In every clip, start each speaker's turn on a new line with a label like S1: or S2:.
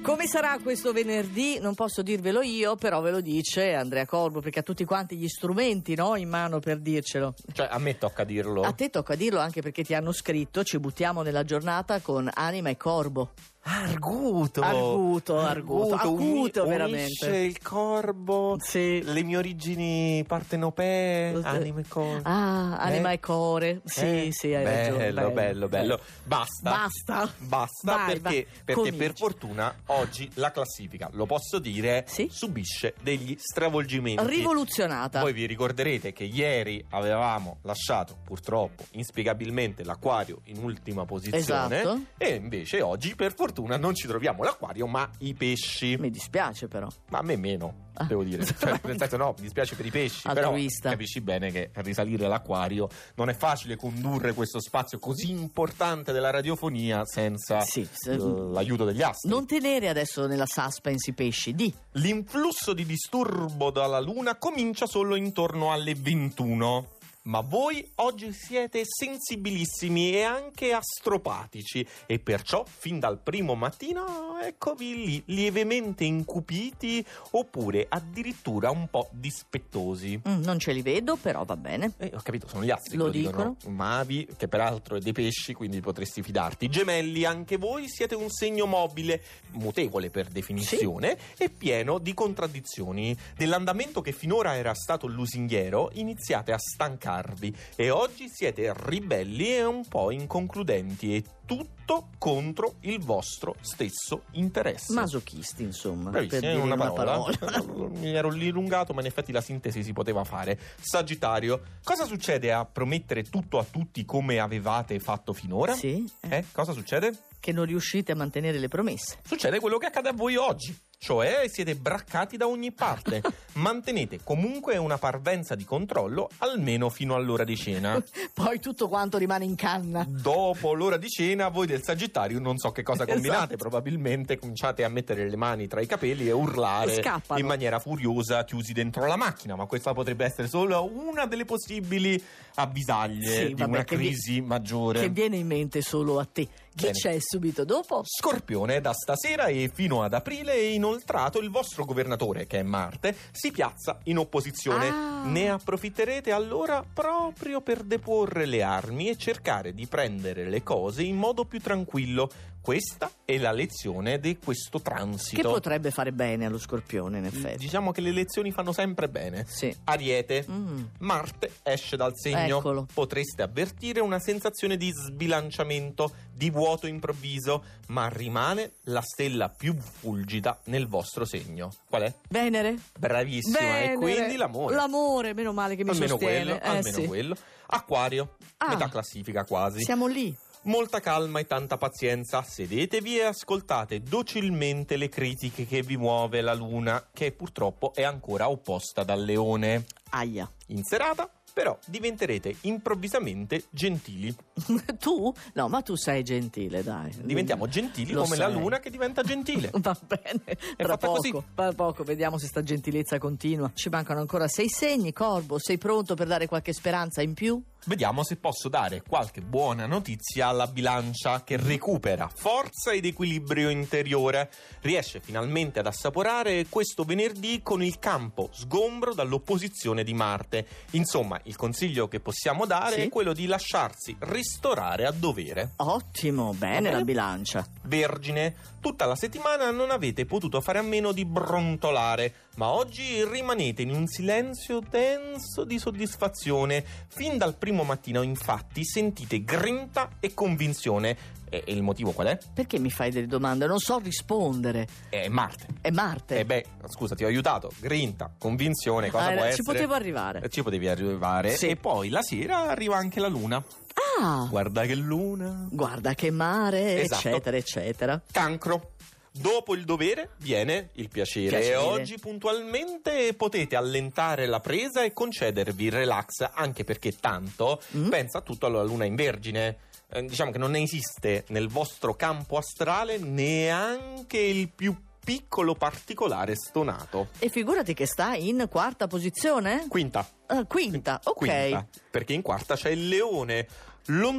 S1: Come sarà questo venerdì? Non posso dirvelo io, però ve lo dice Andrea Corbo, perché ha tutti quanti gli strumenti no, in mano per dircelo.
S2: Cioè, a me tocca dirlo.
S1: A te tocca dirlo anche perché ti hanno scritto, ci buttiamo nella giornata con Anima e Corbo.
S2: Arguto.
S1: Arguto, arguto, acuto veramente.
S2: Unisce il corbo,
S1: Sì.
S2: le mie origini partenopee,
S1: Lo-
S2: anime corbo.
S1: Ah, Anima e Core. Sì, sì, hai
S2: bello,
S1: ragione.
S2: Bello, bello, bello. Basta.
S1: Basta.
S2: Basta
S1: Vai,
S2: perché,
S1: va,
S2: perché
S1: cominci.
S2: per fortuna oggi la classifica, lo posso dire,
S1: Sì.
S2: subisce degli stravolgimenti.
S1: Rivoluzionata.
S2: Voi vi ricorderete che ieri avevamo lasciato purtroppo inspiegabilmente l'acquario in ultima posizione
S1: Esatto.
S2: e invece oggi per fortuna non ci troviamo l'acquario ma i pesci.
S1: Mi dispiace però.
S2: Ma a me meno,
S1: Ah.
S2: devo dire. Cioè, nel senso, no, mi dispiace per i pesci,
S1: Altruista.
S2: però capisci bene che risalire l'acquario non è facile condurre questo spazio così importante della radiofonia senza
S1: Sì, ehm, se-
S2: eh, l'aiuto degli astri.
S1: Non tenere adesso nella suspense i pesci, di.
S2: L'influsso di disturbo dalla Luna comincia solo intorno alle 21. Ma voi oggi siete sensibilissimi e anche astropatici e perciò fin dal primo mattino eccovi lì lievemente incupiti oppure addirittura un po' dispettosi.
S1: Mm, non ce li vedo, però va bene.
S2: Eh, ho capito, sono gli astri
S1: Lo
S2: che Mavi, che peraltro è dei pesci, quindi potresti fidarti. Gemelli, anche voi siete un segno mobile, mutevole per definizione, e pieno di contraddizioni. Dell'andamento che finora era stato lusinghiero, iniziate a stancarvi e oggi siete ribelli e un po' inconcludenti e tutto contro il vostro stesso interesse.
S1: Masochisti, insomma,
S2: Bravissimi,
S1: per dire
S2: una,
S1: una,
S2: parola.
S1: parola.
S2: Mi ero lì lungato, ma in effetti la sintesi si poteva fare. Sagittario, cosa succede a promettere tutto a tutti come avevate fatto finora?
S1: Sì, eh,
S2: Eh, cosa succede?
S1: che non riuscite a mantenere le promesse.
S2: Succede quello che accade a voi oggi. Cioè siete braccati da ogni parte. Mantenete comunque una parvenza di controllo almeno fino all'ora di cena.
S1: Poi tutto quanto rimane in canna.
S2: Dopo l'ora di cena, voi del Sagittario non so che cosa
S1: Esatto.
S2: combinate, probabilmente cominciate a mettere le mani tra i capelli e urlare
S1: Scappano.
S2: in maniera furiosa chiusi dentro la macchina, ma questa potrebbe essere solo una delle possibili avvisaglie
S1: Sì,
S2: eh, di
S1: vabbè,
S2: una
S1: che vi-
S2: crisi maggiore.
S1: Che viene in mente solo a te. Chi
S2: Bene.
S1: c'è subito dopo?
S2: Scorpione, da stasera e fino ad aprile è inoltrato il vostro governatore, che è Marte, si piazza in opposizione.
S1: Ah.
S2: Ne approfitterete allora proprio per deporre le armi e cercare di prendere le cose in modo più tranquillo. Questa è la lezione di questo
S1: Che
S2: transito.
S1: potrebbe fare bene allo scorpione, in effetti.
S2: Diciamo che le lezioni fanno sempre bene.
S1: Sì.
S2: Ariete.
S1: Mm.
S2: Marte esce dal segno.
S1: Eccolo.
S2: Potreste avvertire una sensazione di sbilanciamento, di vuoto improvviso, ma rimane la stella più fulgida nel vostro segno. Qual è?
S1: Venere?
S2: Bravissima,
S1: Venere.
S2: e quindi l'amore.
S1: L'amore, meno male che mi
S2: almeno
S1: sostiene.
S2: quello,
S1: Eh,
S2: almeno
S1: sì.
S2: quello. Acquario,
S1: Ah.
S2: metà classifica quasi.
S1: Siamo lì.
S2: Molta calma e tanta pazienza, sedetevi e ascoltate docilmente le critiche che vi muove la luna, che purtroppo è ancora opposta dal leone.
S1: Aia.
S2: In serata, però, diventerete improvvisamente gentili.
S1: tu? No, ma tu sei gentile, dai.
S2: Diventiamo gentili
S1: Lo
S2: come la
S1: sei.
S2: luna che diventa gentile.
S1: Va bene, tra
S2: fatta
S1: poco,
S2: così.
S1: tra poco vediamo se sta gentilezza continua. Ci mancano ancora sei segni, Corbo, sei pronto per dare qualche speranza in più?
S2: Vediamo se posso dare qualche buona notizia alla bilancia che recupera forza ed equilibrio interiore. Riesce finalmente ad assaporare questo venerdì con il campo sgombro dall'opposizione di Marte. Insomma, il consiglio che possiamo dare
S1: Sì.
S2: è quello di lasciarsi ristorare a dovere.
S1: Ottimo, bene
S2: Va bene.
S1: la bilancia.
S2: Vergine, tutta la settimana non avete potuto fare a meno di brontolare, ma oggi rimanete in un silenzio denso di soddisfazione. Fin dal primo mattino, infatti, sentite grinta e convinzione. E, e il motivo qual è?
S1: Perché mi fai delle domande? Non so rispondere.
S2: È Marte.
S1: È Marte.
S2: E Eh beh, scusa, ti ho aiutato. Grinta, convinzione, cosa
S1: Ah,
S2: può
S1: ci
S2: essere?
S1: potevo arrivare.
S2: Eh, Ci potevi arrivare.
S1: Sì.
S2: E poi la sera arriva anche la luna.
S1: Ah,
S2: Guarda che luna.
S1: guarda che mare,
S2: Esatto.
S1: eccetera, eccetera.
S2: Cancro. Dopo il dovere viene il piacere.
S1: Piacere.
S2: E oggi puntualmente potete allentare la presa e concedervi relax, anche perché tanto
S1: Mm.
S2: pensa tutto alla luna in vergine. Eh, diciamo che non esiste nel vostro campo astrale neanche il più piccolo particolare stonato.
S1: E figurati che sta in quarta posizione?
S2: Quinta.
S1: Ah, quinta, ok.
S2: Quinta, perché in quarta c'è il leone.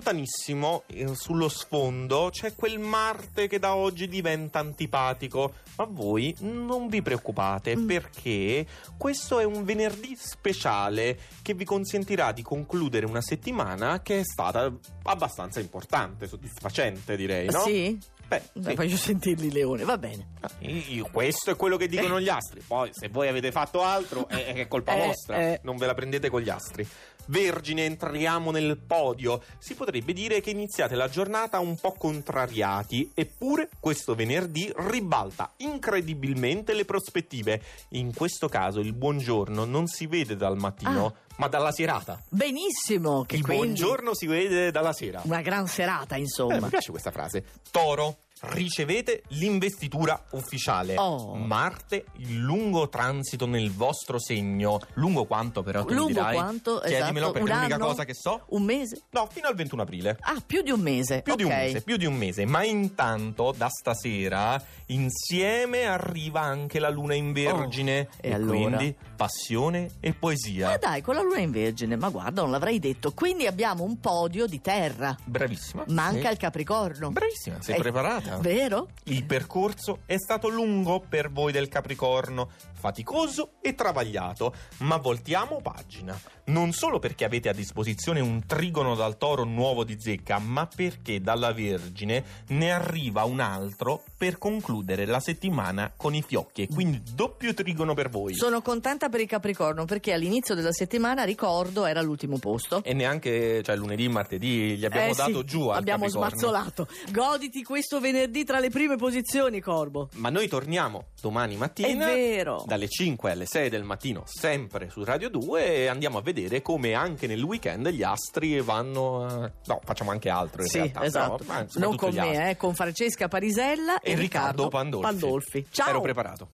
S2: lontanissimo, eh, sullo sfondo, c'è quel Marte che da oggi diventa antipatico. Ma voi non vi preoccupate
S1: Mm.
S2: perché questo è un venerdì speciale che vi consentirà di concludere una settimana che è stata abbastanza importante, soddisfacente direi, no?
S1: Sì?
S2: Beh,
S1: Dai,
S2: sì.
S1: Voglio sentirli leone, va bene.
S2: Io- questo è quello che dicono gli astri. Poi, se voi avete fatto altro, è, è colpa
S1: Eh,
S2: vostra.
S1: eh.
S2: Non ve la prendete con gli astri. Vergine, entriamo nel podio. Si potrebbe dire che iniziate la giornata un po' contrariati, eppure questo venerdì ribalta incredibilmente le prospettive. In questo caso il buongiorno non si vede dal mattino, ma dalla serata.
S1: Benissimo, Ah. che
S2: il
S1: quindi
S2: buongiorno si vede dalla sera.
S1: una gran serata,
S2: Eh,
S1: insomma.
S2: mi piace questa frase. Toro, ricevete l'investitura ufficiale.
S1: Oh.
S2: Marte, il lungo transito nel vostro segno. Lungo quanto però tu mi
S1: Lungo
S2: dirai?
S1: quanto?
S2: Chiedimelo
S1: Esatto,
S2: perché
S1: un
S2: è l'unica
S1: anno?
S2: cosa che so.
S1: Un mese?
S2: No, fino al 21 aprile.
S1: Ah, più di un mese.
S2: Più di un
S1: ok.
S2: mese, più di un mese. Ma intanto, da stasera, insieme arriva anche la luna in vergine.
S1: Oh, e allora?
S2: quindi passione e poesia.
S1: Ah dai, con la luna in vergine, ma guarda, non l'avrei detto. Quindi abbiamo un podio di terra.
S2: Bravissima.
S1: Manca
S2: Ah, Sì.
S1: il Capricorno.
S2: Bravissima, sei
S1: Eh,
S2: preparata.
S1: Vero?
S2: Il percorso è stato lungo per voi del Capricorno, faticoso e travagliato, ma voltiamo pagina. Non solo perché avete a disposizione un trigono dal toro nuovo di zecca, ma perché dalla Vergine ne arriva un altro per concludere la settimana con i fiocchi. E Quindi doppio trigono per voi.
S1: Sono contenta per il Capricorno perché all'inizio della settimana, ricordo, era all'ultimo posto.
S2: e neanche, cioè lunedì, martedì, gli abbiamo
S1: Eh,
S2: dato
S1: sì,
S2: giù al
S1: Abbiamo
S2: Capricorno.
S1: smazzolato. Goditi questo venerdì tra le prime posizioni, Corbo.
S2: Ma noi torniamo domani
S1: È
S2: mattina.
S1: vero.
S2: dalle 5 alle 6 del mattino, sempre su Radio 2, e andiamo a vedere come anche nel weekend gli astri vanno. a- No, facciamo anche altro in
S1: Sì,
S2: realtà. però,
S1: esatto.
S2: ma
S1: non
S2: soprattutto
S1: con
S2: gli astri.
S1: me, eh, con Francesca Parisella e,
S2: E Riccardo
S1: Riccardo
S2: Pandolfi.
S1: Pandolfi. Ciao.
S2: Ero preparato.